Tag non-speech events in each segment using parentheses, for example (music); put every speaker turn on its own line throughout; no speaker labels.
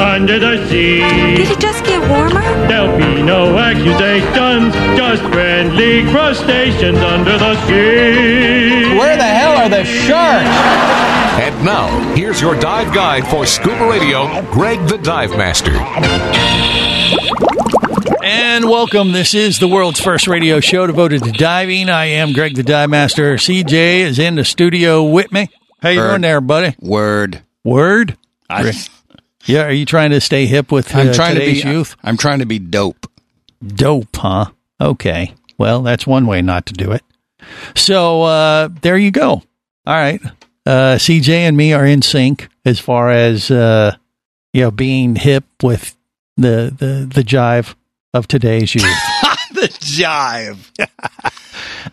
under the sea.
Did it just get warmer?
There'll be no accusations, just friendly crustaceans under the sea.
Where the hell are
(laughs)
the sharks?
And now, here's your dive guide for scuba radio, Greg the Dive Master.
And welcome. This is the world's first radio show devoted to diving. I am Greg the Dive Master. CJ is in the studio with me. How you
Word.
doing there, buddy? (laughs)
Word.
Word.
I,
Yeah, are you trying to stay hip with uh,
I'm trying to be
today's youth?
I'm trying to be dope.
Dope, huh? Okay. Well, that's one way not to do it. So uh, there you go. All right. Uh, CJ and me are in sync as far as uh, you know being hip with the the the jive of
(laughs)
today's youth.
The jive.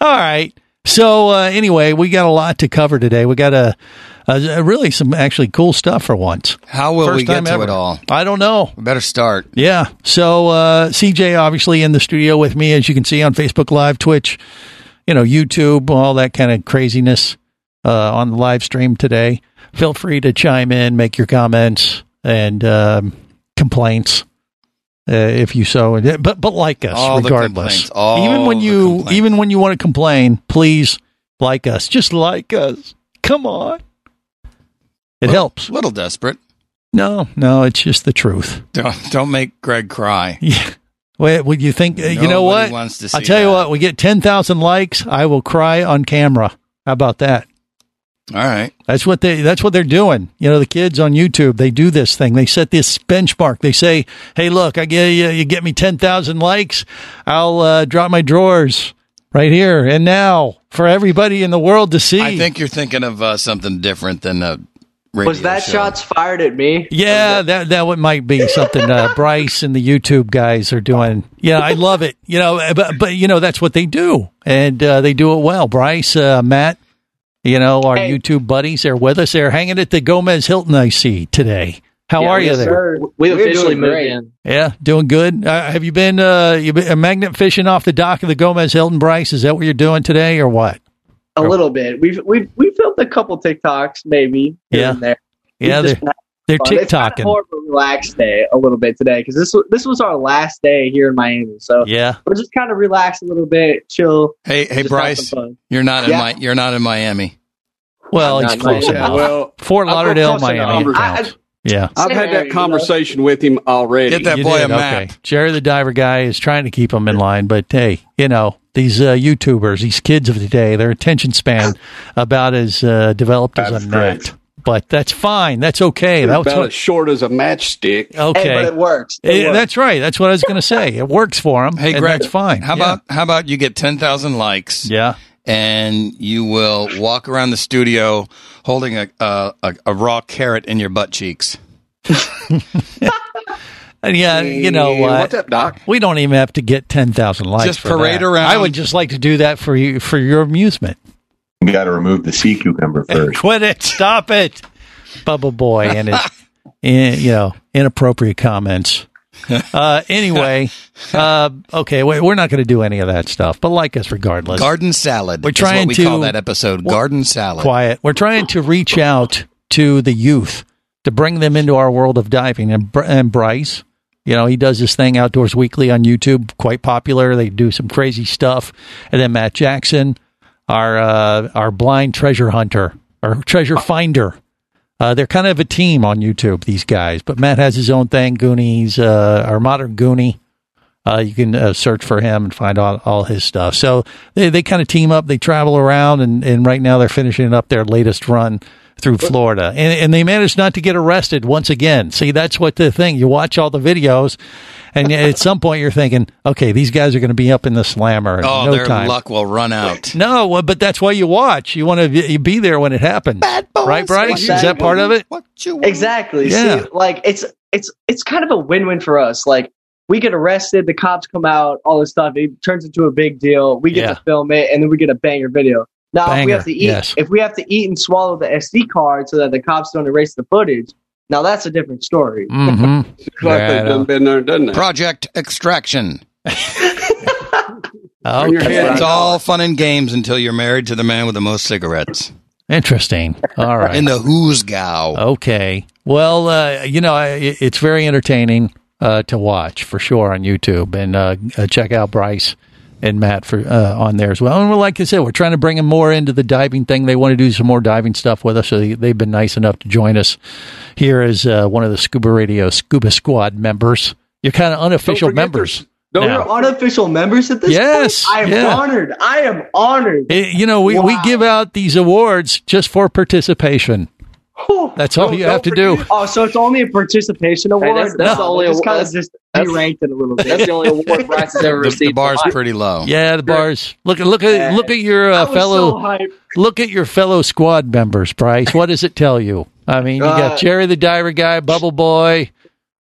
All right. So uh, anyway, we got a lot to cover today. We got a, a, a really some actually cool stuff for once.
How will
First
we get
time
to
ever.
it all?
I don't know.
We better start.
Yeah. So uh, CJ obviously in the studio with me, as you can see on Facebook Live, Twitch, you know, YouTube, all that kind of craziness uh, on the live stream today. Feel free to chime in, make your comments and um, complaints. Uh, if you so, but but like us
All the
regardless.
complaints. All
even when
the
you
complaints.
even when you want to complain, please like us. Just like us. Come on, it helps.
Little desperate.
No, no, it's just the truth.
Don't don't make Greg cry.
(laughs) Yeah. Well, would you think uh, you
Nobody
know what?
wants to
I'll
see
tell you
that.
what. We get ten thousand likes. I will cry on camera. How about that?
All right.
That's what they. That's what they're doing. You know, the kids on YouTube. They do this thing. They set this benchmark. They say, "Hey, look, I get you. You get me ten thousand likes. I'll uh, drop my drawers right here and now for everybody in the world to see."
I think you're thinking of uh, something different than the radio
Was that
show.
shots fired at me?
Yeah, that that one might be
(laughs)
something uh, Bryce and the YouTube guys are doing. Yeah, I love it. You know, eh, but but you know that's what they do, and uh, they do it well. Bryce, uh, Matt, you know our
Hey.
YouTube buddies, they're with us. They're hanging at the Gomez Hilton I see today. How
Yeah,
are you
yes,
there?
sir. We
We're
officially
doing
moved
great.
in.
Yeah, doing good. Uh, have you been uh, you been uh, magnet fishing off the dock of the Gomez Hilton, Bryce? Is that what you're doing today, or what?
A little bit. We've we've we filmed a couple TikToks, maybe. here
Yeah.
and there. We've
Yeah,
just
they're they're
had fun. It's kind of
TikToking.
more of a relaxed day, a little bit today, because this was this was our last day here in Miami. So
Yeah,
we're just kind of relaxed a little bit, chill.
Hey, hey,
just have
Bryce.
some fun.
You're not in
Yeah.
Mi- you're not in Miami.
well,
I'm
it's
not-
close
yeah,
enough.
well,
Fort
I'm
Lauderdale,
crossing
Miami.
over.
counts. yeah.
I've
Same
had
area,
that
you
conversation with him already.
Get that
You
boy
did,
a map.
Jerry the diver guy is trying to keep them in line, but hey, you know these uh, YouTubers, these kids of today, their
(laughs)
attention span about as uh, developed as a
Abstract.
net. But that's fine. That's okay. That
about
was what-
as short as a matchstick.
okay.
Hey, but it works. It
Eh,
works.
that's right. That's what I was going to say. It works for them.
Hey,
and
Greg,
that's fine.
How
Yeah.
about how about you get ten thousand likes?
yeah?
and you will walk around the studio holding a a, a, a raw carrot in your butt cheeks.
And (laughs) yeah, you know
Hey,
what?
What's up, Doc?
We don't even have to get ten thousand likes.
Just
for
parade
that.
around.
I would just like to do that for you for your amusement. (laughs)
You got to remove the sea cucumber first.
Quit it. Stop it. Bubba Boy
(laughs)
and his, in, you know, inappropriate comments. Uh, anyway, uh, okay, wait, we're not going to do any of that stuff, but like us regardless.
Garden salad.
We're
is
trying
what we
to-
call that episode. Garden salad.
Quiet. We're trying to reach out to the youth to bring them into our world of diving. And, Br- and Bryce, you know, he does this thing Outdoors Weekly on YouTube, quite popular. They do some crazy stuff. And then Matt Jackson, our uh, our blind treasure hunter or treasure finder. Uh, they're kind of a team on YouTube, these guys. But Matt has his own thing, Goonies, uh, our modern Goonie. Uh, you can uh, search for him and find all, all his stuff. So they, they kind of team up, they travel around, and, and right now they're finishing up their latest run through Florida, and, and they managed not to get arrested once again. See, that's what the thing. You watch all the videos, and at some point you're thinking, okay, these guys are going to be up in the slammer in
Oh,
no
their
time.
luck will run out.
No, well, but that's why you watch. You want to be there when it happens, right, Bryce? Is that part of it?
What you want?
Exactly.
Yeah.
See, like it's it's it's kind of a win-win for us. Like we get arrested, the cops come out, all this stuff. It turns into a big deal. We get
Yeah.
to film it, and then we get a banger video. Now, if we
Banger,
have to eat,
yes.
if we have to eat and swallow the SD card so that the cops don't erase the footage, now that's a different story.
Mm-hmm.
Like
Right
they've
on.
done been there, done that.
Project Extraction.
Turn your
Okay.
head
It's
out.
all fun and games until you're married to the man with the most cigarettes
Interesting. All right.
in the Who's Gow.
Okay. Well, uh, you know, I, it- it's very entertaining uh, to watch for sure on YouTube, and uh, uh, check out Bryce and Matt for uh, on there as well. And we're, like I said, we're trying to bring them more into the diving thing. They want to do some more diving stuff with us, so they, they've been nice enough to join us here as uh, one of the Scuba Radio Scuba Squad members. You're kind of unofficial
forget
members.
Don't
now.
We're unofficial members at this
Yes,
point. I am
yeah.
honored. I am honored.
Eh, you know, we, we
Wow.
give out these awards just for participation. That's all you have to do.
Oh, so it's only a participation award.
that's- that's the only
Just
award-
kind of
that's-
just
that's-
deranked it a little bit.
That's the only award
(laughs)
Bryce has ever
The,
received.
the bar's
in
pretty low.
Yeah, the bars. Look at look at look at your
I
uh,
was
fellow.
so hyped.
look at your fellow squad members, Bryce. What does it tell you? I mean, you got
Uh,
Jerry the Diver guy, Bubble Boy.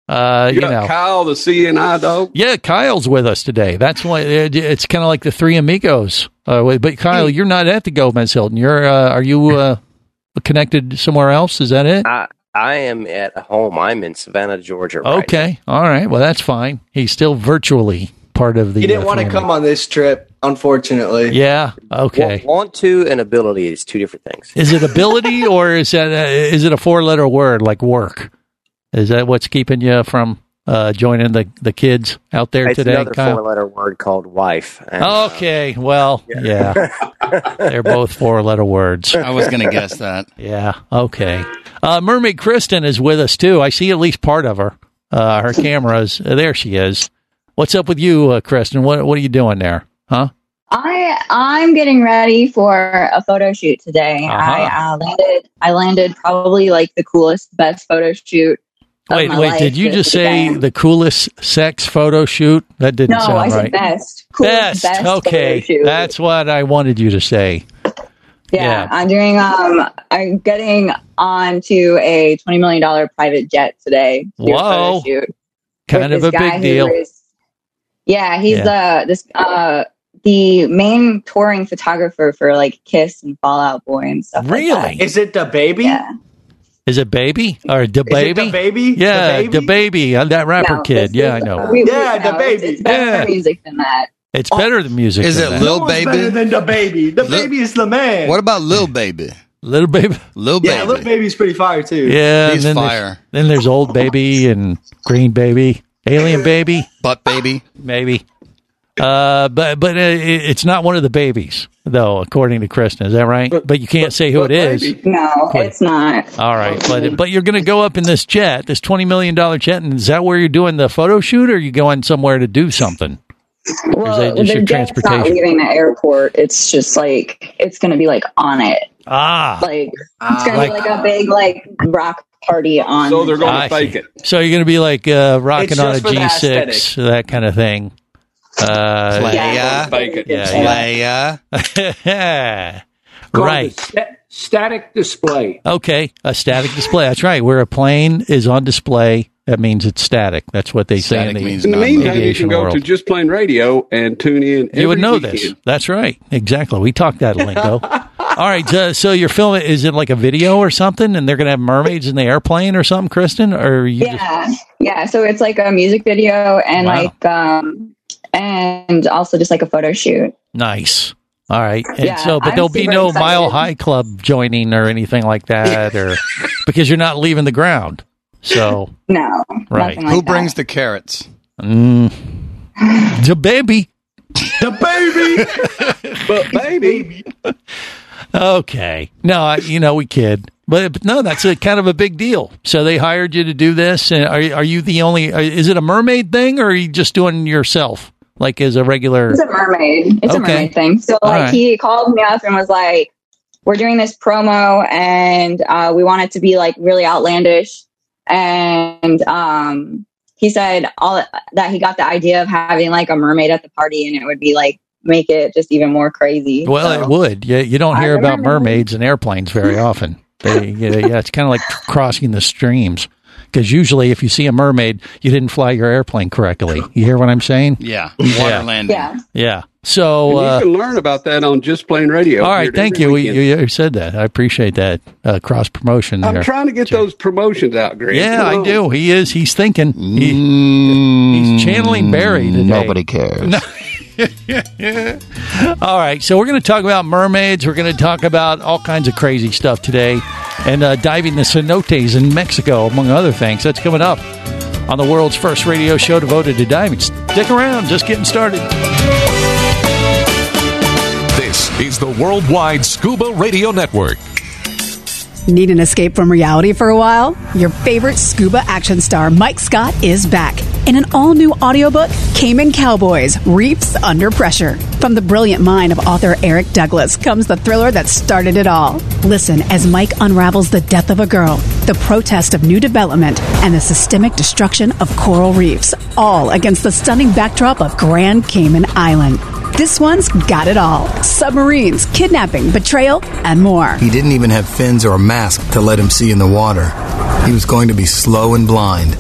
Uh,
You
you
got
know,
Kyle, the CNI dog.
yeah, Kyle's with us today. That's why it- it's kind of like the three amigos. Uh, wait, but Kyle, you're not at the Gomez Hilton. You're uh, are you uh, connected somewhere else? Is that it?
my- I, I am at home. I'm in Savannah, Georgia. Right now.
Okay, all right. Well, that's fine. He's still virtually part of the.
He didn't
uh,
want to
family.
come on this trip, unfortunately.
Yeah. Okay.
Wa- want to and ability is two different things.
Is it ability or is that a, is it a four letter word like work? Is that what's keeping you from uh, joining the, the kids out there
It's
today,
another
Kyle?
four-letter word called wife. And, uh,
Okay, well, yeah,
(laughs)
they're both four letter words.
I was going to guess that.
Yeah, okay. Uh, Mermaid Kristen is with us too. I see at least part of her. Uh, her cameras. Uh, there she is. What's up with you, uh, Kristen? What what are you doing there? Huh?
I I'm getting ready for a photo shoot today. I
Uh-huh.
uh, landed I landed probably like the coolest, best photo shoot. of
Wait,
my
wait.
life
Did you
this
just say
weekend.
the coolest sex photo shoot? That didn't
no?
sound
I said
right.
best, coolest, best.
okay,
photo shoot.
that's what I wanted you to say.
yeah,
yeah.
I'm doing um I'm getting onto a twenty million dollar private jet today. to do a
Whoa.
photo shoot with
Kind of
this
a
guy
big
who
deal.
was- yeah, he's uh this uh the main touring photographer for like Kiss and Fallout Boy and stuff. like that.
Really?
Is it the baby?
Yeah.
Is it baby or the
Is it
baby?
the baby?
Yeah, the baby, uh, that rapper
No,
kid.
this
Yeah, I
is-
know.
we- we-
Yeah, the
it's-
baby.
It's better
Yeah.
music than that.
it's better than music.
Is
than
it
that.
Lil
No one's better
Baby?
than the baby. The
Look-
baby is the man.
What about Lil Baby?
little baby?
Lil
yeah, little
Baby.
baby's pretty fire too.
Yeah,
He's
and then There's,
fire.
then there's old baby and green baby, alien baby,
Butt Baby.
maybe. Uh, but but uh, it- it's not one of the babies though, according to Kristen. Is that right? But, you can't say who it is.
No, it's not.
All right, but but you're going to go up in this jet, this twenty million dollar jet, and is that where you're doing the photo shoot, or are you going somewhere to do something?
Uh,
Well,
just your
Uh, the jet's not
transportation?
leaving the airport. It's just like it's going to be like on it.
Ah,
Like it's going
like-
to be like a big like rock party on.
So they're
the jet.
going
I
to fake
see.
it.
so you're going to be like uh, rocking
It's
on a
just for the
G six, that kind of thing. Uh,
Playa.
Fake it.
yeah,
Playa.
yeah. (laughs) right.
static display.
Okay, a static display. That's right. Where a plane is on display, that means it's static. That's what they say.
Static
in the-
means
In the
not
meantime, you
aviation
can go to
world.
Just Plain Radio and tune in.
you would
every
know
weekend.
this. That's right. Exactly. We talked that lingo. All right. So, so your film is it like a video or something, and they're going to have mermaids in the airplane or something, Kristen? Or you? Just,
Yeah, yeah. So it's like a music video and
Wow.
like um and also just like a photo shoot.
nice. All right. And
Yeah,
so, but
I'm
there'll be
super
no
excited.
Mile High Club joining or anything like
(laughs)
that, or because you're not leaving the ground. So,
No,
Right.
nothing like
Who
that.
brings the carrots?
mm, the baby.
The baby.
But baby,
Okay. No, I, you know we kid, but, but no, that's a kind of a big deal. So they hired you to do this, and are are you the only? Are, is it a mermaid thing, or are you just doing yourself like as a regular?
It's a mermaid. It's
Okay.
a mermaid thing. So
All
like
right.
he called me up and was like, we're doing this promo and uh, we want it to be like really outlandish. And um, he said all that he got the idea of having like a mermaid at the party and it would be like make it just even more crazy.
Well,
So-
it would. You, you don't
I
hear about
remember.
mermaids and airplanes
(laughs)
very often. They, you know, yeah, it's kind of like crossing the streams because usually if you see a mermaid, you didn't fly your airplane correctly. You hear what I'm saying?
Yeah, water
Yeah.
landing.
Yeah.
Yeah. So,
And
uh,
you can learn about that on Just Plain Radio.
all
here
right. Thank
every
you. We,
weekend.
you. You said that. I appreciate that uh, cross promotion
I'm
there.
trying to get those promotions out, Greg.
yeah,
Come
I
on.
do. He is. He's thinking. He- he's channeling Barry today.
Mm. Nobody cares.
(laughs) All right, so we're going to talk about mermaids. We're going to talk about all kinds of crazy stuff today and uh, diving the cenotes in Mexico, among other things. That's coming up on the world's first radio show devoted to diving. Stick around, just getting started.
This is the Worldwide Scuba Radio Network.
Need an escape from reality for a while? Your favorite scuba action star, Mike Scott, is back in an all new audiobook, Cayman Cowboys Reefs Under Pressure. From the brilliant mind of author Eric Douglas comes the thriller that started it all. Listen as Mike unravels the death of a girl, the protest of new development, and the systemic destruction of coral reefs, all against the stunning backdrop of Grand Cayman Island. This one's got it all submarines, kidnapping, betrayal, and more.
He didn't even have fins or a mask to let him see in the water. He was going to be slow and blind.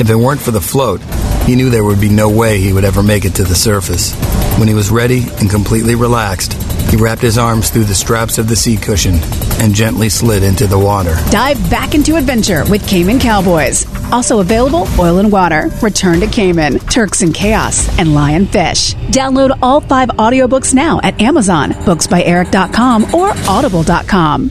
If it weren't for the float, he knew there would be no way he would ever make it to the surface. When he was ready and completely relaxed, he wrapped his arms through the straps of the sea cushion and gently slid into the water.
Dive back into adventure with Cayman Cowboys. Also available oil and water, return to Cayman, Turks and Chaos, and Lionfish. Download all five audiobooks now at Amazon, booksbyeric.com, or audible.com.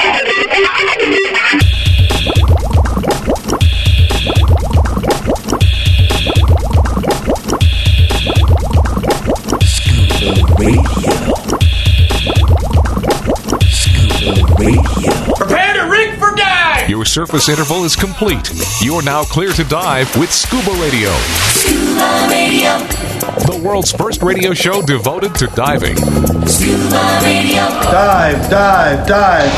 Prepare to rig for dive!
Your surface interval is complete. You're now clear to dive with Scuba Radio.
Scuba Radio.
The world's first radio show devoted to diving.
Scuba Radio.
Dive, dive, dive.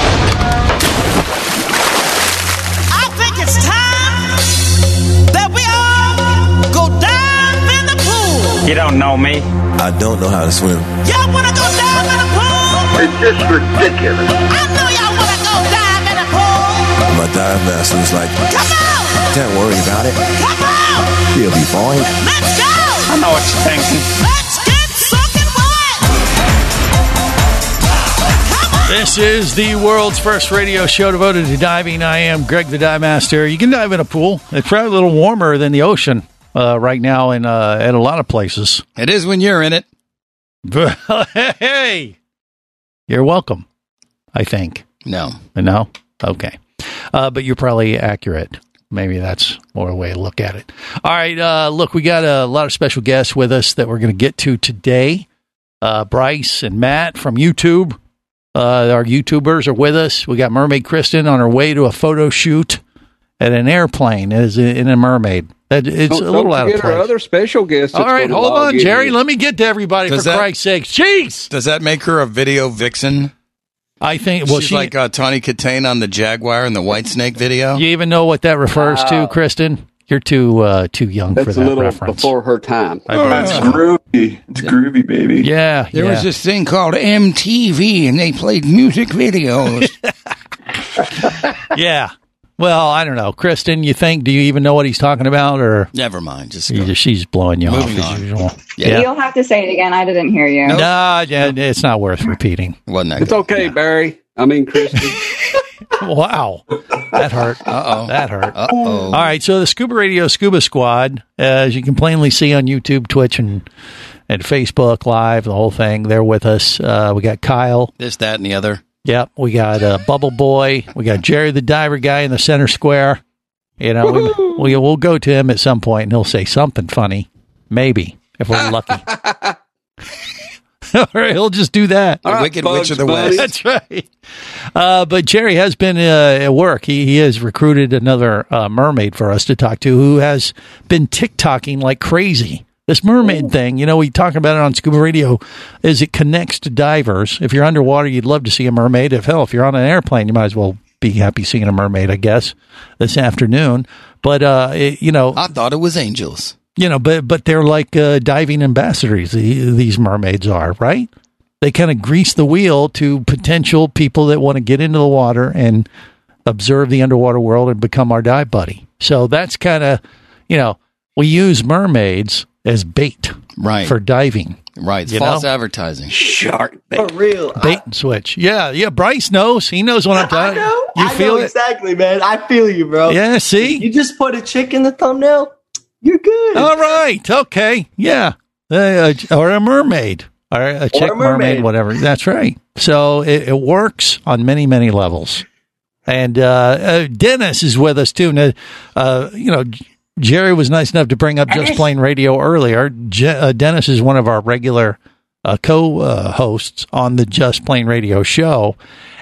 I think it's time that we all go dive in the pool.
You don't know me. I don't know how to swim.
Y'all wanna go dive in the pool?
It's just ridiculous.
I know y'all wanna go dive in the pool.
My dive master was like,
Come on,
don't worry about it.
come on,
You'll be fine.
let's go. I know what you're thinking. Let's get something wet.
This is the world's first radio show devoted to diving. I am Greg the Dive Master. You can dive in a pool. It's probably a little warmer than the ocean uh, right now in uh, at a lot of places. (laughs)
It is when you're in it.
hey, you're welcome. I think
no,
no, okay, uh, but you're probably accurate. Maybe that's more a way to look at it. All right, uh, look, we got a lot of special guests with us that we're going to get to today. Uh, Bryce and Matt from YouTube. Uh, our YouTubers are with us. We got Mermaid Kristen on her way to a photo shoot at an airplane as in a mermaid. That it's
Don't-
a little
don't
out of
forget our
place.
other special guest.
All right, hold on, Jerry. Let me get to everybody
Does
for
that-
Christ's sake. Jeez,
Does that make her a video vixen?
I think. Well,
she's
she-
like uh, Tawny Katane on the Jaguar and the White Snake video.
You even know what that refers
Wow.
to, Kristen? You're too uh, too young for
That's a
that
little
reference.
before her time.
I believe It's so.
groovy. It's groovy, baby.
Yeah,
There
yeah.
was this thing called MTV, and they played music videos. (laughs)
yeah. Well, I don't know, Kristen. You think? Do you even know what he's talking about? Or
Never mind. Just
You just- she's blowing you
Moving
off as
on.
usual.
You'll have to say it again. I didn't hear you.
No, yeah, it's not worth repeating.
Wasn't
It's okay, Barry. I
(laughs)
mean, Kristen.
Wow, that hurt.
Uh oh,
that hurt.
Uh oh.
All right, so the Scuba Radio Scuba Squad, as you can plainly see on YouTube, Twitch, and and Facebook Live, the whole thing. They're with us. Uh, we got Kyle.
This, that, and the other.
Yep, we got uh, Bubble Boy. We got Jerry the Diver guy in the center square. You know, we, we we'll go to him at some point, and he'll say something funny, maybe if we're lucky. (laughs) or he'll just do that.
The Wicked Witch of the West.
That's right. Uh, but Jerry has been uh, at work. He, he has recruited another uh, mermaid for us to talk to who has been TikToking like crazy. This mermaid thing, you know, we talk about it on Scuba Radio, is it connects to divers. If you're underwater, you'd love to see a mermaid. If hell, if you're on an airplane, you might as well be happy seeing a mermaid, I guess, this afternoon. But uh, it, you know,
I thought it was angels.
you know, but but they're like uh, diving ambassadors. the- These mermaids are right. They kind of grease the wheel to potential people that want to get into the water and observe the underwater world and become our dive buddy. So that's kind of you know we use mermaids as bait
Right.
for diving.
Right. It's
You
false
know?
advertising.
Shark
For real.
Bait and switch. Yeah, yeah. Bryce knows. He knows what
(laughs)
I'm
I
talking.
know.
You
I
feel
know
it?
exactly, man. I (laughs) feel you, bro.
Yeah. See.
You just put a chick in the thumbnail. You're good.
All right. Okay. Yeah. Uh, or a mermaid. Or a chick
a
mermaid.
mermaid.
whatever. That's right. So it, it works on many, many levels. And uh, uh, Dennis is with us too. Now, uh, you know, J- Jerry was nice enough to bring up Just Plain Radio earlier. Je- uh, Dennis is one of our regular uh, co uh, hosts on the Just Plain Radio show.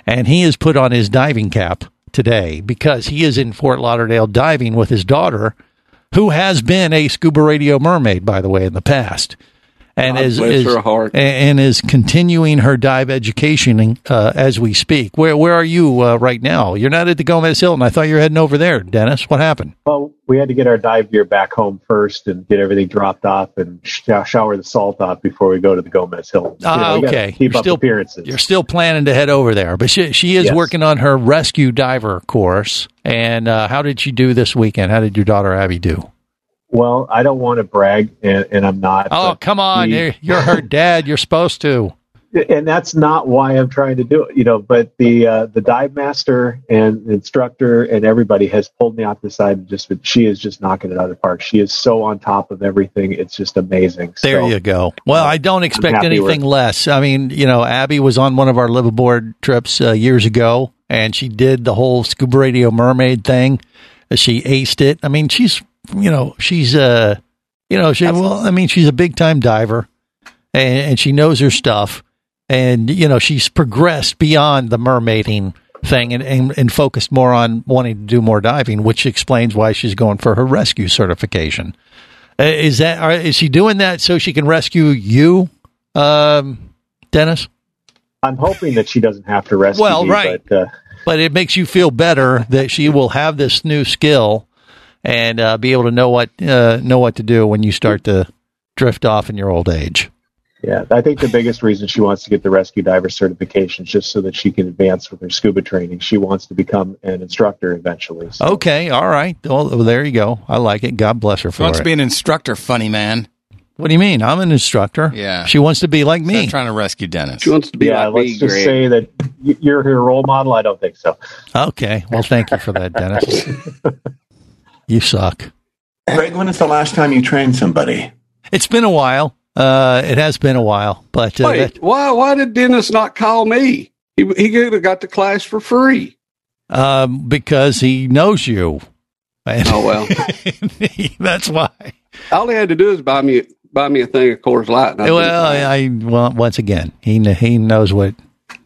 And he has put on his diving cap today because he is in Fort Lauderdale diving with his daughter who has been a scuba radio mermaid, by the way, in the past, and
God
is,
bless
is-
her heart.
and is continuing her dive education uh, as we speak. Where where are you uh, right now? You're not at the Gomez Hilton. I thought you were heading over there, Dennis. What happened?
Well, we had to get our dive gear back home first and get everything dropped off and sh- uh, shower the salt off before we go to the Gomez Hill.
Ah, okay.
Keep
You're
up
still-
appearances.
You're still planning to head over there, but she she is
Yes.
working on her rescue diver course. And uh, how did she do this weekend? How did your daughter Abby do?
Well, I don't want to brag, and, and I'm not.
Oh,
but
come on!
she-
You're, you're
(laughs)
her dad. You're supposed to.
and that's not why I'm trying to do it, you know. But the uh, the dive master and instructor and everybody has pulled me off the side. And just she is just knocking it out of the park. She is so on top of everything. It's just amazing.
There
so,
you go. Well, I don't expect
happy
anything
with-
less. I mean, you know, Abby was on one of our liveaboard trips uh, years ago, and she did the whole scuba radio mermaid thing. She aced it. I mean, she's you know she's uh you know she well I mean she's a big time diver, and, and she knows her stuff, and you know she's progressed beyond the mermaiding thing and, and and focused more on wanting to do more diving, which explains why she's going for her rescue certification. Uh, Is that are, is she doing that so she can rescue you, um, Dennis?
I'm hoping that she doesn't have to rescue
Well,
me,
right.
But, uh,
But it makes you feel better that she will have this new skill and uh, be able to know what uh, know what to do when you start to drift off in your old age.
Yeah, I think the biggest reason she wants to get the rescue diver certification is just so that she can advance with her scuba training. She wants to become an instructor eventually. So
Okay, all right. Well, there you go. I like it. God bless her
She
for
wants
it.
to be an instructor, funny man.
what do you mean? I'm an instructor.
Yeah.
She wants to be like me.
Stop trying to rescue Dennis.
She wants to be
yeah,
like
let's
me,
just
Greg.
say that y- you're her role model. I don't think so.
Okay. Well, thank you for that, Dennis. you suck.
Greg, when is the last time you trained somebody?
It's been a while. Uh, it has been a while, but uh, that-
Wait, why? Why did Dennis not call me? He he could have got the class for free.
um, because he knows you. And (laughs)
Oh well,
(laughs) that's why.
all he had to do is buy me buy me a thing of Coors Light. and I
Well, I, I well, once again, he kn- he knows what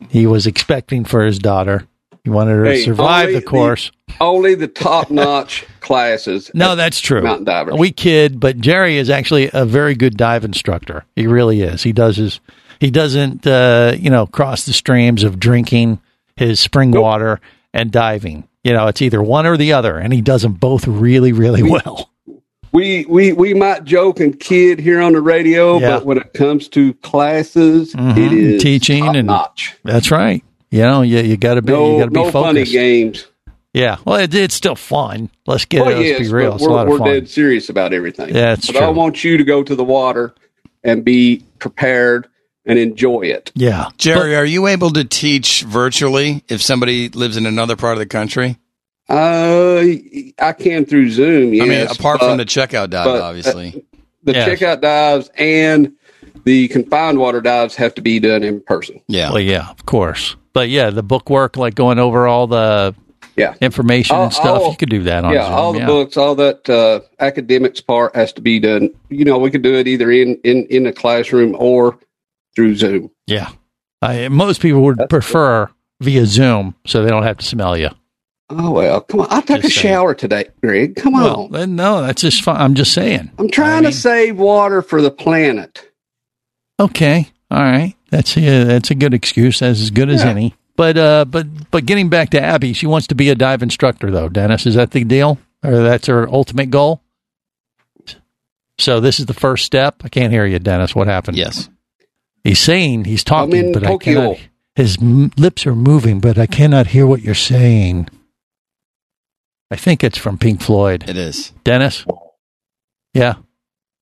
he was expecting for his daughter. He wanted her
Hey,
to survive
only
the
the-
course.
didn't. only the top notch (laughs) classes.
no, that's true.
mountain divers.
We kid, but Jerry is actually a very good dive instructor. He really is. He does his he doesn't uh, you know cross the streams of drinking his spring water and diving. You know, it's either one or the other, and he does them both really, really well.
We we we might joke and kid here on the radio,
Yeah.
but when it comes to classes, it
Mhm.
is
Teaching and
notch.
that's right. You know, you you got to be
No,
you got to be
no funny
focused.
games.
Yeah, well, it, it's still fun. Let's get
Oh
it. Let's
yes,
be real.
but
It's a lot
we're,
of
we're
fun.
dead serious about everything.
Yeah, it's
but I
true.
want you to go to the water and be prepared and enjoy it.
Yeah.
Jerry, are you able to teach virtually if somebody lives in another part of the country?
Uh, I can through Zoom. Yes,
I mean, apart from
but-
the checkout dive,
but, uh,
obviously.
the
Yeah.
checkout dives and the confined water dives have to be done in person.
Yeah.
Well, yeah, of course. But yeah, the book work, like going over all the
yeah
information
All-
and stuff,
all-
you could do that on
yeah,
Zoom,
all the books, all that uh, academics part has to be done. You know, we can do it either in in in the classroom or through Zoom.
Yeah. I, most people would prefer via Zoom so they don't have to smell you.
Oh well, come on! I took a shower today, Greg. Come
Well,
on!
then, no, that's just fine. I'm just saying.
I'm trying to save water for the planet.
Okay. All right. That's a, that's a good excuse. That's as good as
Yeah.
any. But uh, but but getting back to Abby, she wants to be a dive instructor, though. Dennis, is that the deal, or that's her ultimate goal? So this is the first step. I can't hear you, Dennis. What happened?
Yes,
he's saying he's talking,
in
but
Tokyo.
I cannot. His m- lips are moving, but I cannot hear what you're saying. I think it's from Pink Floyd.
It is.
Dennis. Yeah.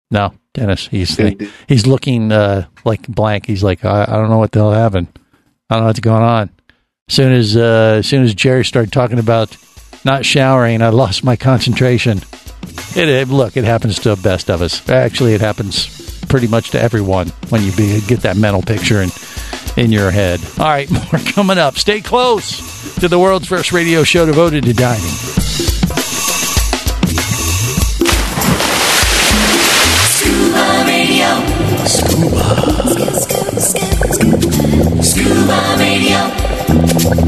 No, Dennis. He's the, he's looking uh, like blank. He's like, I, I don't know what the hell happened. I don't know what's going on. As soon as uh, as soon as Jerry started talking about not showering, I lost my concentration. It, it look, it happens to the best of us. Actually, it happens pretty much to everyone when you be, get that mental picture in in your head. All right, (laughs) more coming up. Stay close to the world's first radio show devoted to diving.
Scuba Radio. Scuba. Scuba Radio.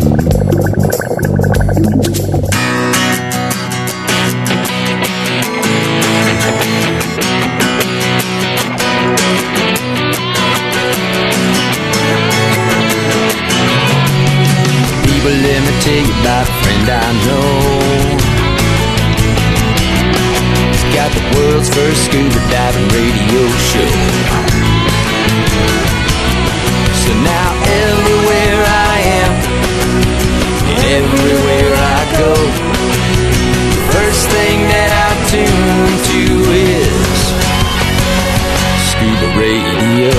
People, let me tell you about a friend I know. He's got the world's first scuba diving radio show. So now everywhere I am, and everywhere I go, the first thing that I tune to is scuba radio.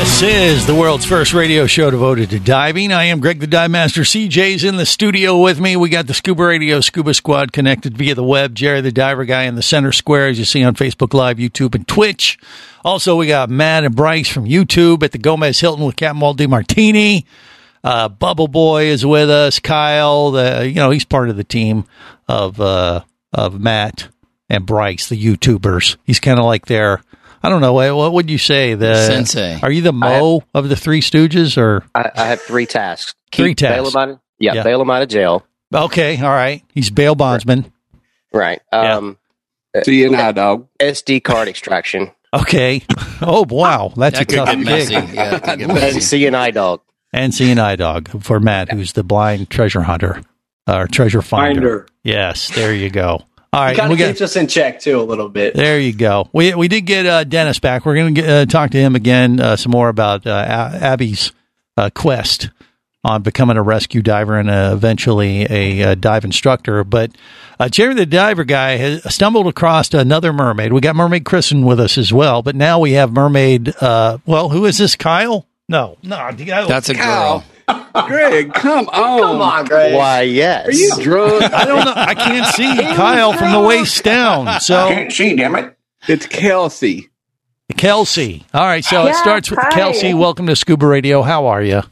This is the world's first radio show devoted to diving. I am Greg the Dive Master. CJ's in the studio with me. We got the Scuba Radio Scuba Squad connected via the web. Jerry the Diver Guy in the center square, as you see on Facebook Live, YouTube, and Twitch. Also, we got Matt and Bryce from YouTube at the Gomez Hilton with Captain Walt Martini. Uh, Bubble Boy is with us. Kyle, the, you know, he's part of the team of, uh, of Matt and Bryce, the YouTubers. He's kind of like their, I don't know, what what would you say? The
Sensei.
Are you the Mo of the Three Stooges or?
I, I have three tasks.
(laughs) Three
Bail
tasks.
them out of, yeah,
Yeah.
bail them out of jail.
Okay, all right. He's bail bondsman.
Right. Um,
See you now, dog.
SD card extraction.
Okay. (laughs) Oh wow, that's a tough gig.
(laughs) and CNI dog.
And CNI dog for Matt, who's the blind treasure hunter or treasure finder.
Finder.
Yes, there you go. All right,
kind
we
of
got
keeps us in check too a little bit.
There you go. We we did get uh, Dennis back. We're going to uh, talk to him again uh, some more about uh, A- Abby's uh, quest on becoming a rescue diver and uh, eventually a uh, dive instructor. But uh, Jerry the Diver Guy has stumbled across another mermaid. We got Mermaid Kristen with us as well, but now we have Mermaid. Uh, well, who is this? Kyle? No, no,
that's a girl.
Oh
Greg, come on. Come on,
Greg. Why, yes.
Are you drunk?
I don't know. I can't see Kyle from the waist down. So
Can't see, damn it. It's Kelsey.
Kelsey. All right, so it
Yeah,
starts with
hi.
Kelsey. Welcome to Scuba Radio. How are you?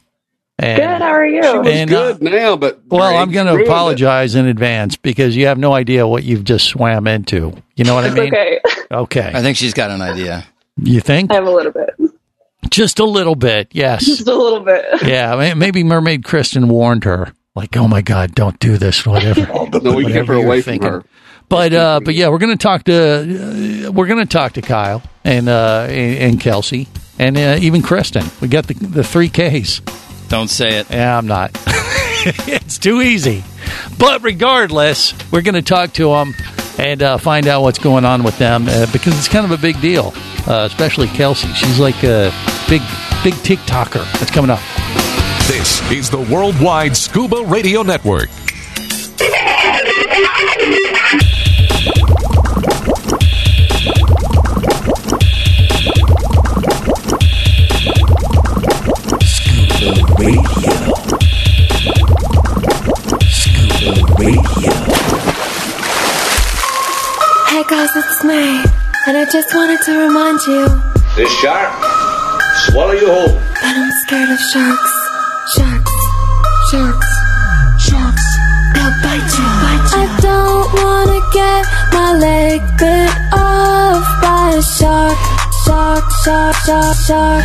And,
are you? She was
And, uh,
good now, but
Well,
Greg
I'm going to
ruined it.
apologize in advance because you have no idea what you've just swam into. You know what I mean?
okay.
Okay.
I think she's got an idea.
You think?
I have a little bit.
Just a little bit.
(laughs)
(laughs)
Yes.
Just a little bit.
yeah. may- Maybe Mermaid Kristen warned her, like, "Oh my God, don't do this." Whatever.
(laughs)
(laughs)
No, we kept
whatever
her
you were
away from
thinking.
her.
But uh, but yeah, we're gonna talk to uh, we're gonna talk to Kyle and uh, and, and Kelsey and uh, even Kristen. We got the the three Ks.
Don't say it.
Yeah, I'm not. (laughs) it's too easy. But regardless, we're going to talk to them and uh, find out what's going on with them uh, because it's kind of a big deal, uh, especially Kelsey. She's like a big, big TikToker that's coming up.
This is the Worldwide Scuba Radio Network.
Hey guys, it's me. And I just wanted to remind you
This shark, swallow you whole.
that I'm scared of sharks. Sharks, sharks, sharks. They'll bite you, bite you. I don't wanna get my leg bit off by a shark. Shark, shark, shark, shark.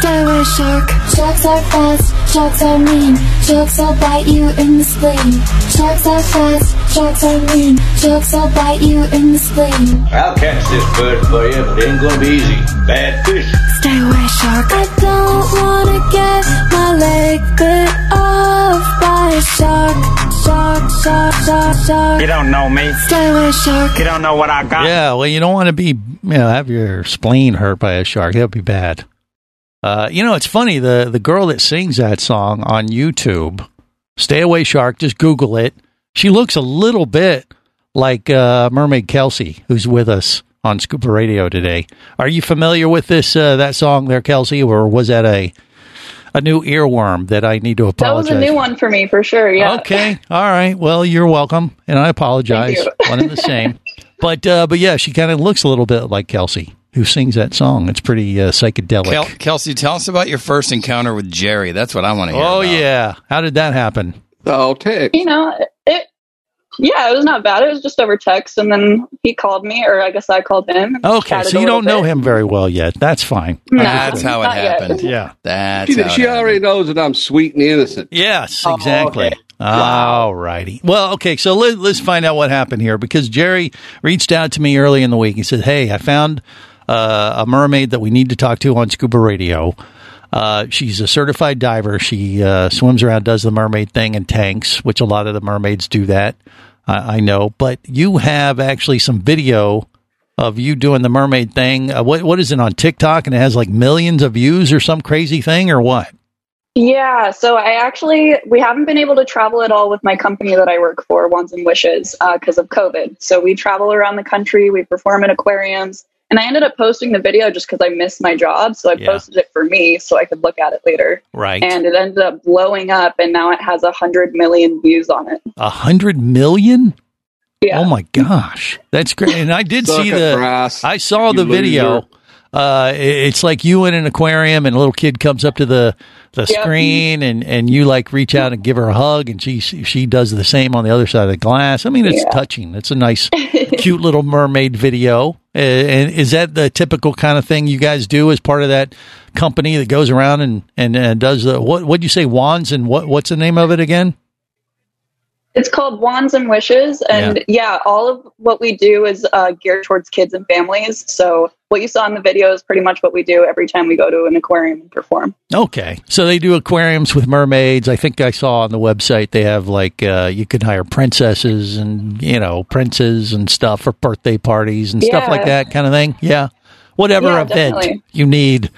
Stay away, shark. Sharks are fast, sharks are mean. Sharks will bite you in the spleen. Sharks are fast, sharks are mean. Sharks will bite you in the spleen.
I'll catch this bird for you, but it ain't gonna be easy. Bad fish.
Stay away, shark. I don't wanna get my leg bit off by a shark. Shark, shark, shark, shark.
You don't know me.
Stay away, shark.
You don't know what I got.
Yeah, well, you don't want to be, you know, have your spleen hurt by a shark. That would be bad. Uh, you know, it's funny. The the girl that sings that song on YouTube, "Stay Away Shark," just Google it. She looks a little bit like uh, Mermaid Kelsey, who's with us on Scuba Radio today. Are you familiar with this uh, that song there, Kelsey, or was that a a new earworm that I need to
That was
apologize?
a new one for me for sure. Yeah.
Okay. All right. Well, you're welcome, and I apologize.
Thank you.
(laughs) One and the same. But uh, but yeah, she kind of looks a little bit like Kelsey, who sings that song. It's pretty uh, psychedelic.
Kel- Kelsey, tell us about your first encounter with Jerry. That's what I want to hear.
oh yeah, how did that happen?
Oh, text.
You know, it. Yeah, it was not bad. It was just over text, and then he called me, or I guess I called him. and
Okay,
chatted
so
a
you
little
don't know him very well yet. That's fine.
No,
That's how it
not yet.
happened.
Yeah.
That's
She,
how it
she already knows that I'm sweet and innocent. Uh,
Yes,
Oh,
exactly. All righty. Well, okay, so let, let's find out what happened here because Jerry reached out to me early in the week. He said, Hey, I found uh, a mermaid that we need to talk to on scuba radio. Uh, she's a certified diver. She uh, swims around, does the mermaid thing in tanks, which a lot of the mermaids do that. I, I know. But you have actually some video of you doing the mermaid thing. Uh, what, what is it on TikTok? And it has like millions of views or some crazy thing or what?
Yeah, so I actually we haven't been able to travel at all with my company that I work for, Wands and Wishes, because of COVID. So we travel around the country, we perform at aquariums, and I ended up posting the video just because I missed my job, so I
Yeah.
posted it for me so I could look at it later.
Right.
And it ended up blowing up, and now it has a hundred million views on it.
A hundred million?
Yeah.
Oh my gosh, that's great! And I did see the, I saw the
you loser.
video. Uh, i- it's like you in an aquarium, and a little kid comes up to the the
Yep.
screen, and and you like reach out and give her a hug, and she she does the same on the other side of the glass. I mean, it's
Yeah.
touching. It's a nice,
(laughs)
cute little mermaid video. Uh, And is that the typical kind of thing you guys do as part of that company that goes around and and, and does the what? What do you say, wands? And what what's the name of it again?
It's called Wands and Wishes, and
Yeah.
yeah, all of what we do is uh, geared towards kids and families. So what you saw in the video is pretty much what we do every time we go to an aquarium and perform.
Okay. So they do aquariums with mermaids. I think I saw on the website they have like uh, you can hire princesses and, you know, princes and stuff for birthday parties and stuff like
Yeah.
that kind of thing. Yeah. Whatever
Yeah,
event
definitely.
you need,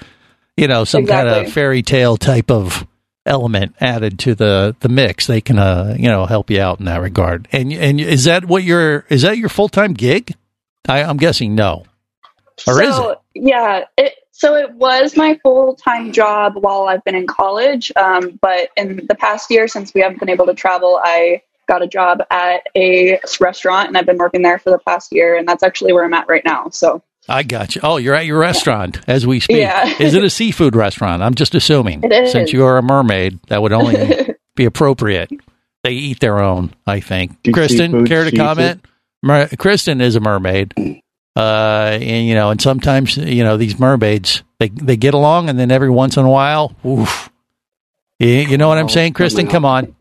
you know, some kind
Exactly.
of fairy tale type of element added to the the mix they can uh you know help you out in that regard and and is that what your is that your full-time gig I, i'm guessing no or is it
so, Yeah. It, so it was my full time job while I've been in college. Um, but in the past year, since we haven't been able to travel, I got a job at a restaurant and I've been working there for the past year. And that's actually where I'm at right now. So
I got you. Oh, you're at your restaurant as we speak.
Yeah.
Is it a seafood restaurant? I'm just assuming.
It is.
Since you are a mermaid, that would
(laughs)
only be appropriate. They eat their own, I think.
Deep
Kristen,
seafood,
care to
seafood.
comment? Mer- Kristen is a mermaid. Uh, and you know, and sometimes you know these mermaids they they get along, and then every once in a while, oof. You, you know what
Oh,
I'm saying, Kristen? Come on.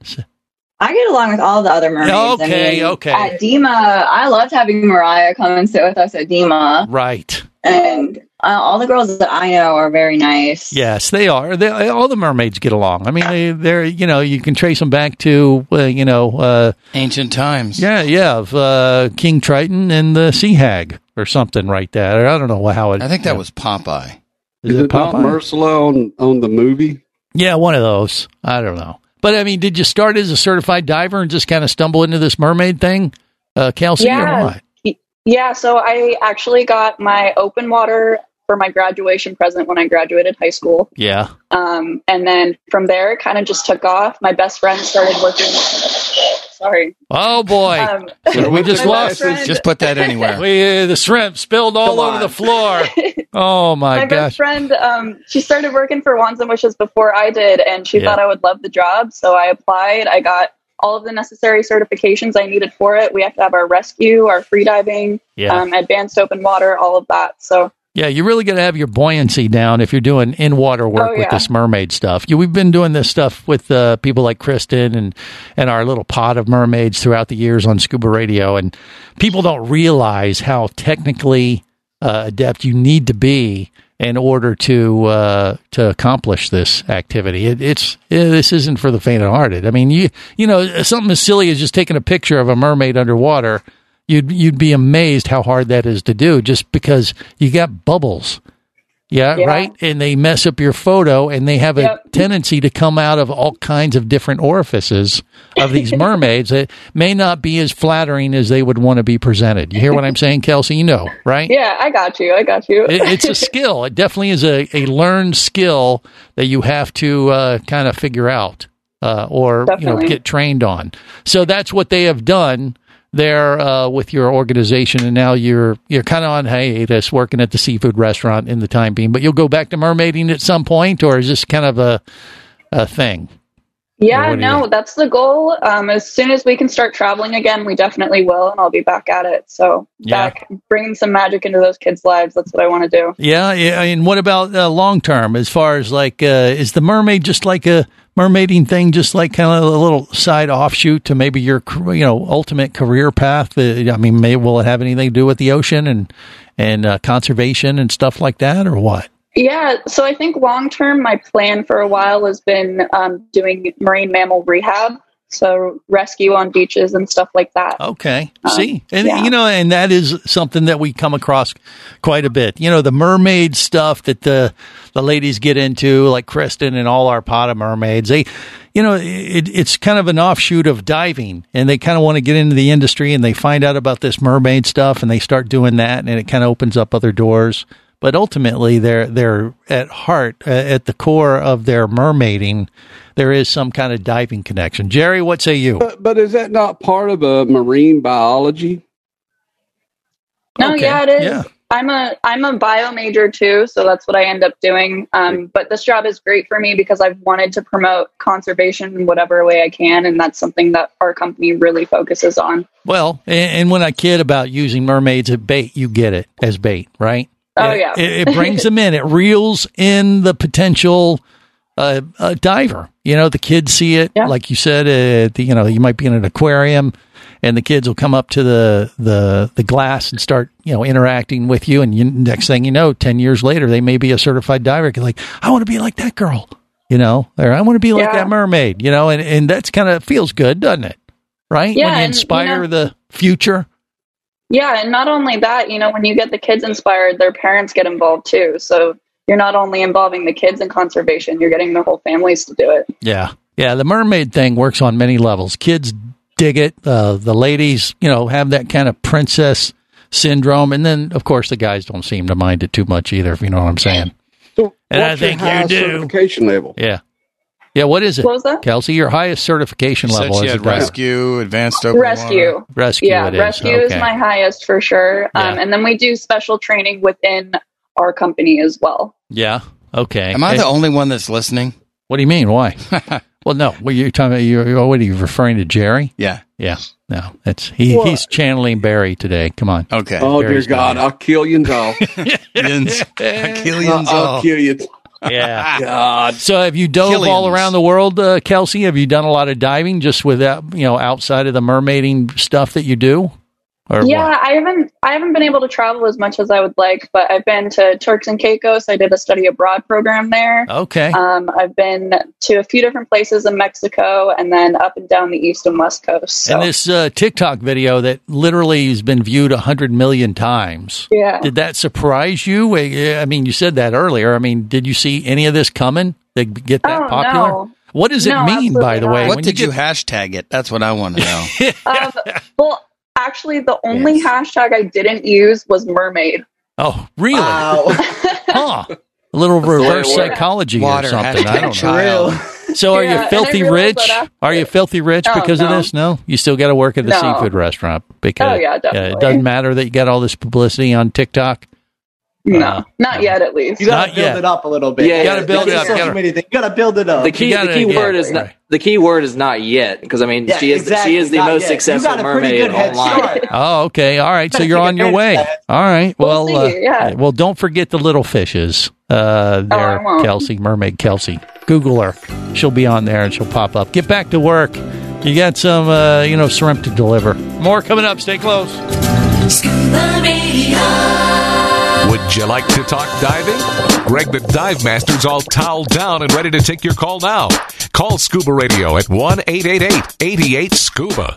I get along with all the other mermaids. I
Okay,
mean,
okay.
At DEMA, I loved having Mariah come and sit with us at DEMA.
Right.
And uh, all the girls that I know are very nice.
Yes, they are. They, all the mermaids get along. I mean, they, they're you know you can trace them back to uh, you know uh,
ancient times.
Yeah, yeah, of uh, King Triton and the sea hag or something right there. I don't know how it.
I think that was Popeye.
Is it
not
Popeye?
Ursula on, on the movie?
Yeah, one of those. I don't know. But I mean, did you start as a certified diver and just kind of stumble into this mermaid thing, uh, Kelsey? Or what?
Y- Yeah, so I actually got my open water for my graduation present when I graduated high school.
Yeah.
Um, and then from there, it kind of just took off. My best friend started working. Sorry.
Oh boy,
Um,
we just
my best
lost.
friend-
Just put that anywhere.
We, uh, the shrimp spilled all over the floor. Oh my,
my
gosh.
best friend, um, she started working for Wands and Wishes before I did, and she
Yeah.
thought I would love the job. So I applied. I got all of the necessary certifications I needed for it. We have to have our rescue, our freediving,
Yeah.
um, advanced open water, all of that. So
Yeah, you really got to have your buoyancy down if you're doing in water work
Oh,
with
yeah.
this mermaid stuff. You, we've been doing this stuff with uh, people like Kristen and and our little pod of mermaids throughout the years on Scuba Radio, and people don't realize how technically uh, adept you need to be in order to uh, to accomplish this activity. It, it's eh, this isn't for the faint-hearted. I mean, you you know something as silly as just taking a picture of a mermaid underwater you'd you'd be amazed how hard that is to do just because you got bubbles yeah,
Yeah.
right and they mess up your photo and they have a
Yep.
tendency to come out of all kinds of different orifices of these mermaids that may not be as flattering as they would want to be presented you hear what i'm saying kelsey you know right
yeah, I got you. I got you. (laughs)
it, it's a skill it definitely is a, a learned skill that you have to uh, kind of figure out uh, or you know
Definitely.
get trained on so that's what they have done there uh, with your organization and now you're you're kind of on hiatus working at the seafood restaurant in the time being but you'll go back to mermaiding at some point or is this kind of a, a thing Or
yeah,
what do you
no,
think?
that's the goal. Um, as soon as we can start traveling again, we definitely will, and I'll be back at it. So
Yeah.
back bringing some magic into those kids' lives. That's what I want to do.
Yeah, yeah. And what about uh, long term? As far as like, uh, is the mermaid just like a mermaiding thing, just like kind of a little side offshoot to maybe your car- you know ultimate career path? Uh, I mean, may, will it have anything to do with the ocean and and uh, conservation and stuff like that, or what?
Yeah, so I think long term, my plan for a while has been um, doing marine mammal rehab, so rescue on beaches and stuff like that.
Oh,
Okay. See, and you know, and that is something that we come across quite a bit. You know, the mermaid stuff that the the ladies get into, like Kristen and all our pot of mermaids. They, you know, it, it's kind of an offshoot of diving, and they kind of want to get into the industry, and they find out about this mermaid stuff, and they start doing that, and it kind of opens up other doors. But ultimately, they're they're at heart, uh, at the core of their mermaiding, there is some kind of diving connection. Jerry, what say you?
But, but is that not part of a marine biology?
No,
Okay,
yeah, it is.
yeah.
I'm a I'm a bio major too, so that's what I end up doing. Um, but this job is great for me because I've wanted to promote conservation in whatever way I can, and that's something that our company really focuses on.
Well, and, and when I kid about using mermaids as bait, you get it as bait, right?
Oh,
It-
yeah.
It,
(laughs)
it brings them in. It reels in the potential uh, uh, diver. You know, the kids see it. Like you said, uh, the, you know, you might be in an aquarium and the kids will come up to the, the, the glass and start, you know, interacting with you. And you, next thing you know, 10 years later, they may be a certified diver. You're like, I want to be like that girl, you know, or I want to be like that mermaid, you know, and, and that's kind of feels good, doesn't it? Right?
Yeah,
when you
and, you
inspire
know-
the future.
Yeah, and not only that, you know, when you get the kids inspired, their parents get involved too. So you're not only involving the kids in conservation, you're getting the whole families to do it.
Yeah. Yeah. The mermaid thing works on many levels. Kids dig it. Uh, the ladies, you know, have that kind of princess syndrome. And then, of course, the guys don't seem to mind it too much either, if you know what I'm saying.
So
And I
what's your
think you
highest
do.
Certification level.
Yeah. Yeah. What is it?
What was that?
Kelsey, your highest certification
You said
level
she
is
had
it that?
rescue, advanced open
rescue.
water.
Rescue
yeah,
it is.
rescue is
Okay.
my highest for sure. Um,
Yeah.
and then we do special training within our company as well.
Yeah. Okay.
Am I the
And-
only one that's listening?
What do you mean?
(laughs)
Why? well, no. Well, you're talking about, you're, you're, what are you referring to, Jerry?
Yeah.
Yeah. No. It's, he,
What?
he's channeling Barry today. Come on.
Okay.
Oh
Barry's
dear God! I'll kill you
(laughs)
all.
Achilles
I'll
all.
kill you.
Yeah.
(laughs) God.
So have you dove all
Killians.
around the world, uh, Kelsey? Have you done a lot of diving just with that, you know, outside of the mermaiding stuff that you do? Or
yeah,
what?
I haven't I haven't been able to travel as much as I would like, but I've been to Turks and Caicos. I did a study abroad program there.
Okay.
Um, I've been to a few different places in Mexico, and then up and down the east and west coast. So.
And this uh, TikTok video that literally has been viewed 100 million times.
Yeah.
Did that surprise you? Eh, I mean, you said that earlier. I mean, did you see any of this coming? They get that
Oh,
popular?
no.
What does it
No,
mean, by
absolutely
the way?
not.
What
when
did you,
get-
hashtag it? That's what I want to know.
Um, well, actually, the only hashtag I didn't use was mermaid.
(laughs) Oh, really?
(laughs)
(laughs) huh. A little reverse
water.
psychology
Water
or something. I
hashtag
don't know.
child.
(laughs) So are
Yeah, and I
you filthy
realized
rich?
that after-
Are you filthy rich
No,
because
Oh, no.
of this? No, you still got to work at the
No.
seafood restaurant because
Oh, yeah,
it
definitely.
doesn't matter that you got all this publicity on TikTok.
No,
Uh,
not yet, at least.
You gotta
Not
build
yet.
it up a little bit.
Yeah, You gotta yeah, build it up,
social
gotta-
media thing. You gotta build it up.
The key,
You gotta-
the key
yeah,
word is
right,
not
right.
the key word is not yet because I mean
Yeah,
she is
exactly,
she is the
not
most
yet. You
successful
got a pretty
mermaid
good head
online.
start.
Oh, okay. All right. So
Gotta
you're
take
(laughs)
on your way.
advantage
All
of that.
right. Well,
see,
uh,
yeah.
well, don't forget the little fishes. Uh,
Oh, I
there,
won't.
Kelsey, Mermaid Kelsey. Google her. She'll be on there and she'll pop up. Get back to work. You got some, uh, you know, shrimp to deliver. More coming up. Stay close.
Would you like to talk diving? Greg the Dive Master's all toweled down and ready to take your call now. Call Scuba Radio at 1 888 88 Scuba.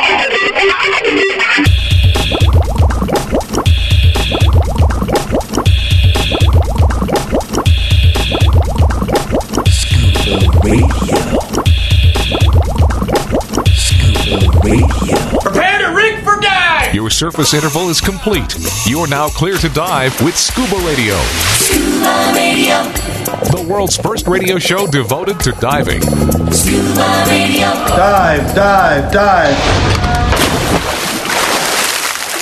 Prepare to rig for dive!
Your surface interval is complete. You're now clear to dive with Scuba Radio. The world's first radio show devoted to diving.
Dive, dive, dive.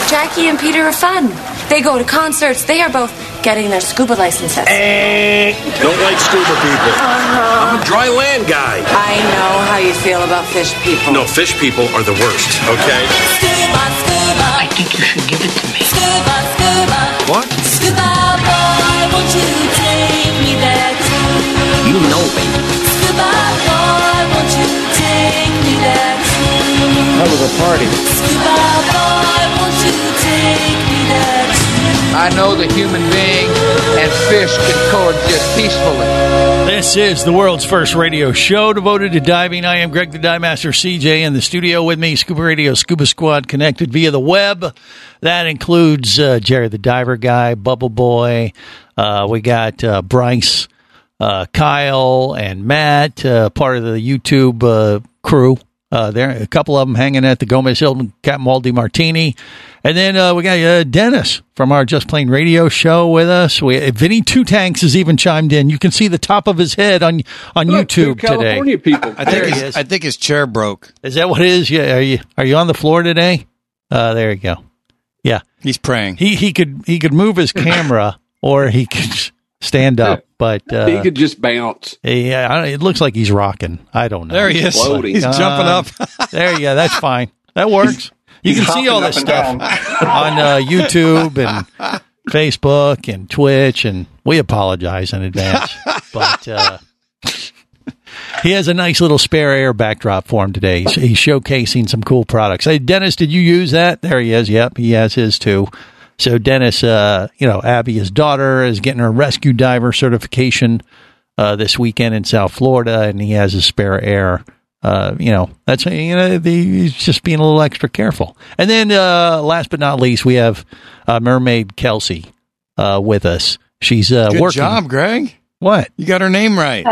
Jackie and Peter are fun. They go to concerts. They are both getting their scuba licenses.
Eh.
Don't like scuba people. I'm a dry land guy.
Uh-huh. I know how you feel about fish people.
No, fish people are the worst, okay?
I think you should give it to me. Scuba, scuba.
What?
Scuba boy, won't you take me there too?
You know, baby.
Scuba boy, won't you take me there too?
That was a party.
Scuba boy, won't you take me there too?
I know the human being and fish can coexist peacefully.
This is the world's first radio show devoted to diving. I am Greg the Dive Master CJ in the studio with me, Scuba Radio, Scuba Squad connected via the web. That includes uh, Jerry the Diver Guy, Bubble Boy. Uh, we got uh, Bryce, uh, Kyle, and Matt, uh, part of the YouTube uh, crew Uh, there, a couple of them hanging at the Gomez Hilton Catmaldi Martini, and then uh, we got uh, Dennis from our Just Plain Radio show with us. We, uh, Vinny Two Tanks has even chimed in. You can see the top of his head on on
Look, two
YouTube today.
California people.
I think his, I think his chair broke.
Is that what it is? Yeah. Are you are you on the floor today? Uh, there you go. Yeah.
He's praying.
He he could he could move his
(laughs)
camera or he could stand up, but uh,
he could just bounce.
Yeah, I don't, it looks like he's rocking. I don't know. Uh,
There he is.
Floating.
He's jumping up. (laughs)
there you go. That's fine. That works. You
he's
can see
hopping
all
up
this
and
stuff (laughs) on uh, YouTube and Facebook and Twitch, and we apologize in advance. (laughs) but uh, he has a nice little spare air backdrop for him today. He's, he's showcasing some cool products. Hey, Dennis, did you use that? There he is. Yep, he has his too. So Dennis, uh, you know, Abby, his daughter, is getting her rescue diver certification uh, this weekend in South Florida, and he has his spare air. Uh, you know, that's you know, the, he's just being a little extra careful. And then, uh, last but not least, we have uh, Mermaid Kelsey uh, with us. She's uh,
Good
working.
job, Greg.
What?
You got her name right.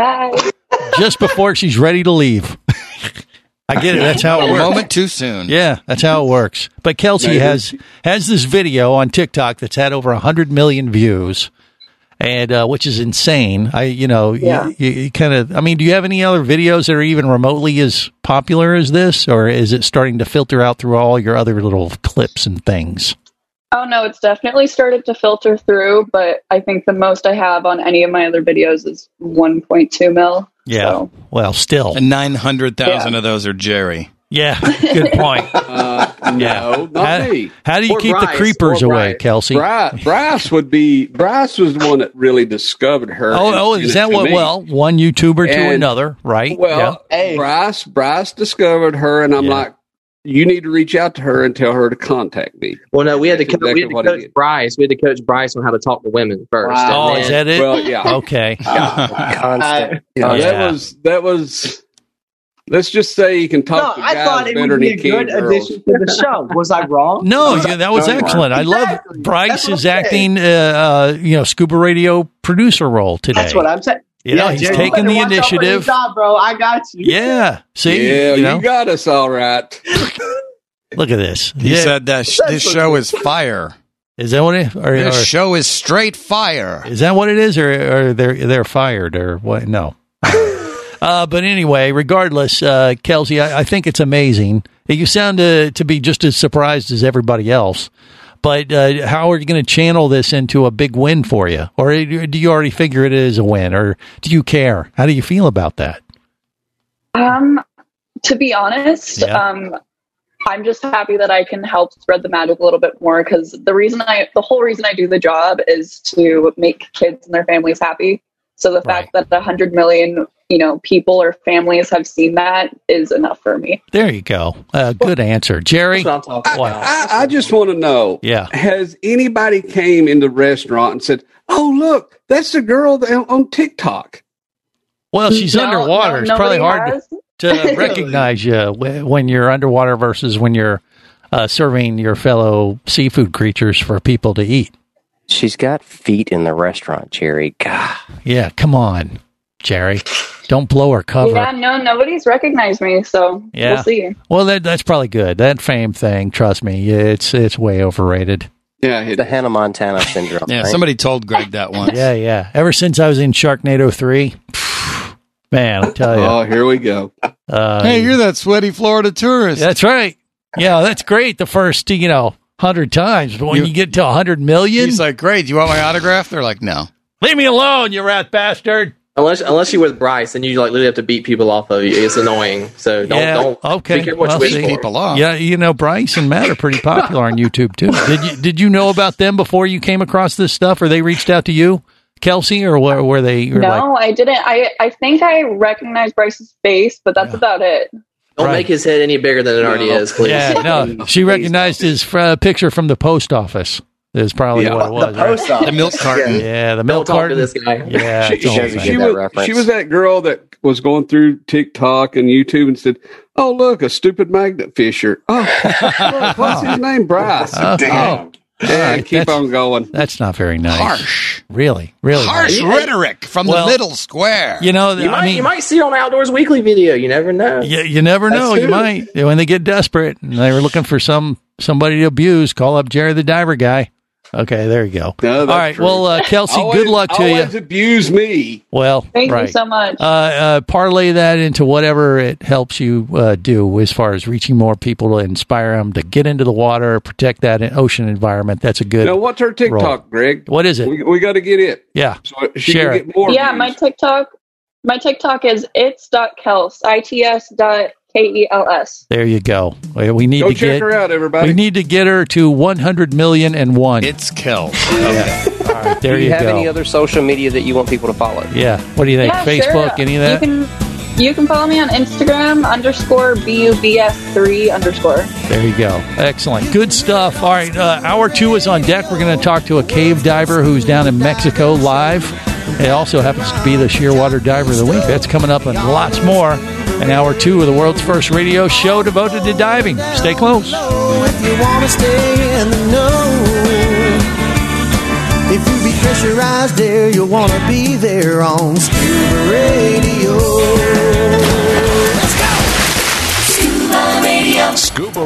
just before she's ready to leave. (laughs) I get it. That's how it
A
works.
moment too soon.
Yeah, that's how it works. But Kelsey
Maybe.
has has this video on TikTok that's had over hundred million views, and uh, which is insane. I, you know,
Yeah.
you, you, kind of. I mean, do you have any other videos that are even remotely as popular as this, or is it starting to filter out through all your other little clips and things?
Oh no, it's definitely started to filter through, but I think the most I have on any of my other videos is 1.2 mil.
Yeah. Well, still,
and nine hundred thousand of those are Jerry.
Yeah. (laughs) Good point.
No, not
How-
me.
how do you keep the creepers
or
away, Kelsey?
Bryce, Bryce would be. Bryce was the one that really discovered her.
Oh,
and
oh,
sent
is
it
that
to
what?
me.
Well, one YouTuber to
And-
another, right? Yeah.
Well, Bryce, Bryce discovered her, and I'm like, you need to reach out to her and tell her to contact me.
Well, no, we had to,
That's
co- we had
exactly
to
what he
coach Bryce. We had to coach Bryce on how to talk to women first.
Oh,
and
is
then-
that it?
Well, yeah.
Okay.
Constant.
Yeah.
Yeah, Uh, that was that was. Let's just say he can talk
No,
to
I
guys
thought it
better
would
than
be
he
a
can
good
girls.
addition to the
(laughs)
show. Was I wrong?
No, yeah, that was excellent. I love Bryce is acting, uh, uh, you know, scuba radio producer role today.
That's what I'm saying.
You know, he's
Jerry, you
taking
better
the
watch out for your
initiative.
job, bro. I got you.
Yeah. See,
yeah,
you
you,
know,
got us all right.
look at this.
He
Yeah.
said that sh- this show is fire.
Is that what it? Or,
This
or-
show is straight fire.
is that what it is, or, or they're they're fired, or what?
(laughs)
No. uh, but anyway, regardless, uh, Kelsey, I, I think it's amazing. You sound uh, to be just as surprised as everybody else. But uh, how are you going to channel this into a big win for you, or do you already figure it is a win, or do you care? How do you feel about that?
Um, to be honest,
Yeah.
um, I'm just happy that I can help spread the magic a little bit more because the reason I, the whole reason I do the job is to make kids and their families happy. So the fact that 100 million, you know, people or families have seen that is enough for me.
There you go. Uh, good answer, Jerry. What?
I, I just want to know.
Yeah.
Has anybody came in the restaurant and said, "Oh, look, that's the girl that, on TikTok"?
Well, she's
No, no,
underwater. it's probably
nobody
hard
has. (laughs)
(laughs)
to, to recognize you wh- when you're underwater versus when you're uh, serving your fellow seafood creatures for people to eat.
She's got feet in the restaurant, Jerry. God.
Yeah, come on, Jerry. Don't blow her cover.
Yeah, no, nobody's recognized me, so
Yeah.
we'll see.
Well, that, that's probably good. That fame thing, trust me, it's it's way overrated.
Yeah,
the Hannah Montana syndrome.
Yeah,
right?
somebody told Greg that once.
Yeah, yeah. Ever since I was in Sharknado three, man, I tell you.
Oh, here we go.
uh,
Oh, Hey, you're that sweaty Florida tourist.
That's right. Yeah, that's great. The first, you know, hundred times, but when you, get to hundred million,
he's like, "Great, do you want my autograph?" They're like, "No."
leave me alone, you rat bastard.
Unless unless you're with Bryce, then you like literally have to beat people off of you. It's annoying. So don't
yeah.
don't
okay.
Be careful what
Well,
you wish
see.
for.
Yeah, you know, Bryce and Matt are pretty popular on
(laughs)
YouTube too. Did you did you know about them before you came across this stuff, or they reached out to you, Kelsey, or were, were they? you were
No, I didn't. I, I think I recognized Bryce's face, but that's about it.
Don't
Right.
make his head any bigger than it already is, please.
Yeah, no. She recognized his uh, picture from the post office. Is probably
Yeah.
what it
The
was.
post office. The milk carton.
Yeah, the milk
Don't talk to
carton.
this guy.
Yeah,
she,
it's a whole
she-
thing.
she was, she was that girl that was going through TikTok and YouTube and said, (laughs) "Oh, look, a stupid magnet fisher." Oh, look, what's his name, Bryce?
Oh,
Oh, Yeah, keep on going.
That's not very nice.
Harsh.
Really, really
Harsh rhetoric from
Well,
the middle square.
You know,
You
I
might,
mean,
you might see it on Outdoors Weekly video. You never know.
you, you never
That's
know. You
true.
might when they get desperate and they were looking for some somebody to abuse. Call up Jerry the Diver guy. Okay, there you go. All right, well, uh, Kelsey,
Always-
good luck to
always
you.
abuse me.
Well,
Thank
right.
you so much.
Uh, uh, parlay that into whatever it helps you uh, do as far as reaching more people to inspire them to get into the water, protect that ocean environment. That's a good.
Now, what's her TikTok,
role.
Greg?
What is it?
We, we got to get it.
Yeah.
So she
Share
can
it.
get more.
yeah, my TikTok, my TikTok is it's dot kels, I T S dot K E L S.
There you go. We we need
Go
to
check
get
her out, everybody.
We need to get her to 100 million and one.
It's Kel.
there
do you,
you
have
go.
any other social media that you want people to follow?
yeah. What do you think?
Yeah,
Facebook?
sure.
Any of that?
You can, you can follow me on Instagram underscore B U B S three underscore.
There you go. Excellent. Good stuff. All right. Uh, hour two is on deck. We're going to talk to a cave diver who's down in Mexico live. It also happens to be the Shearwater Diver of the Week. That's coming up and lots more. And hour two of the world's first radio show devoted to diving. Stay close.
if you want to stay in the know. If you be pressurized there, you'll want to be there on Scuba Radio.
Scuba Radio.
Scuba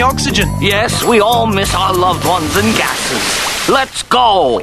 oxygen.
Yes, we all miss our loved ones and gases. Let's go.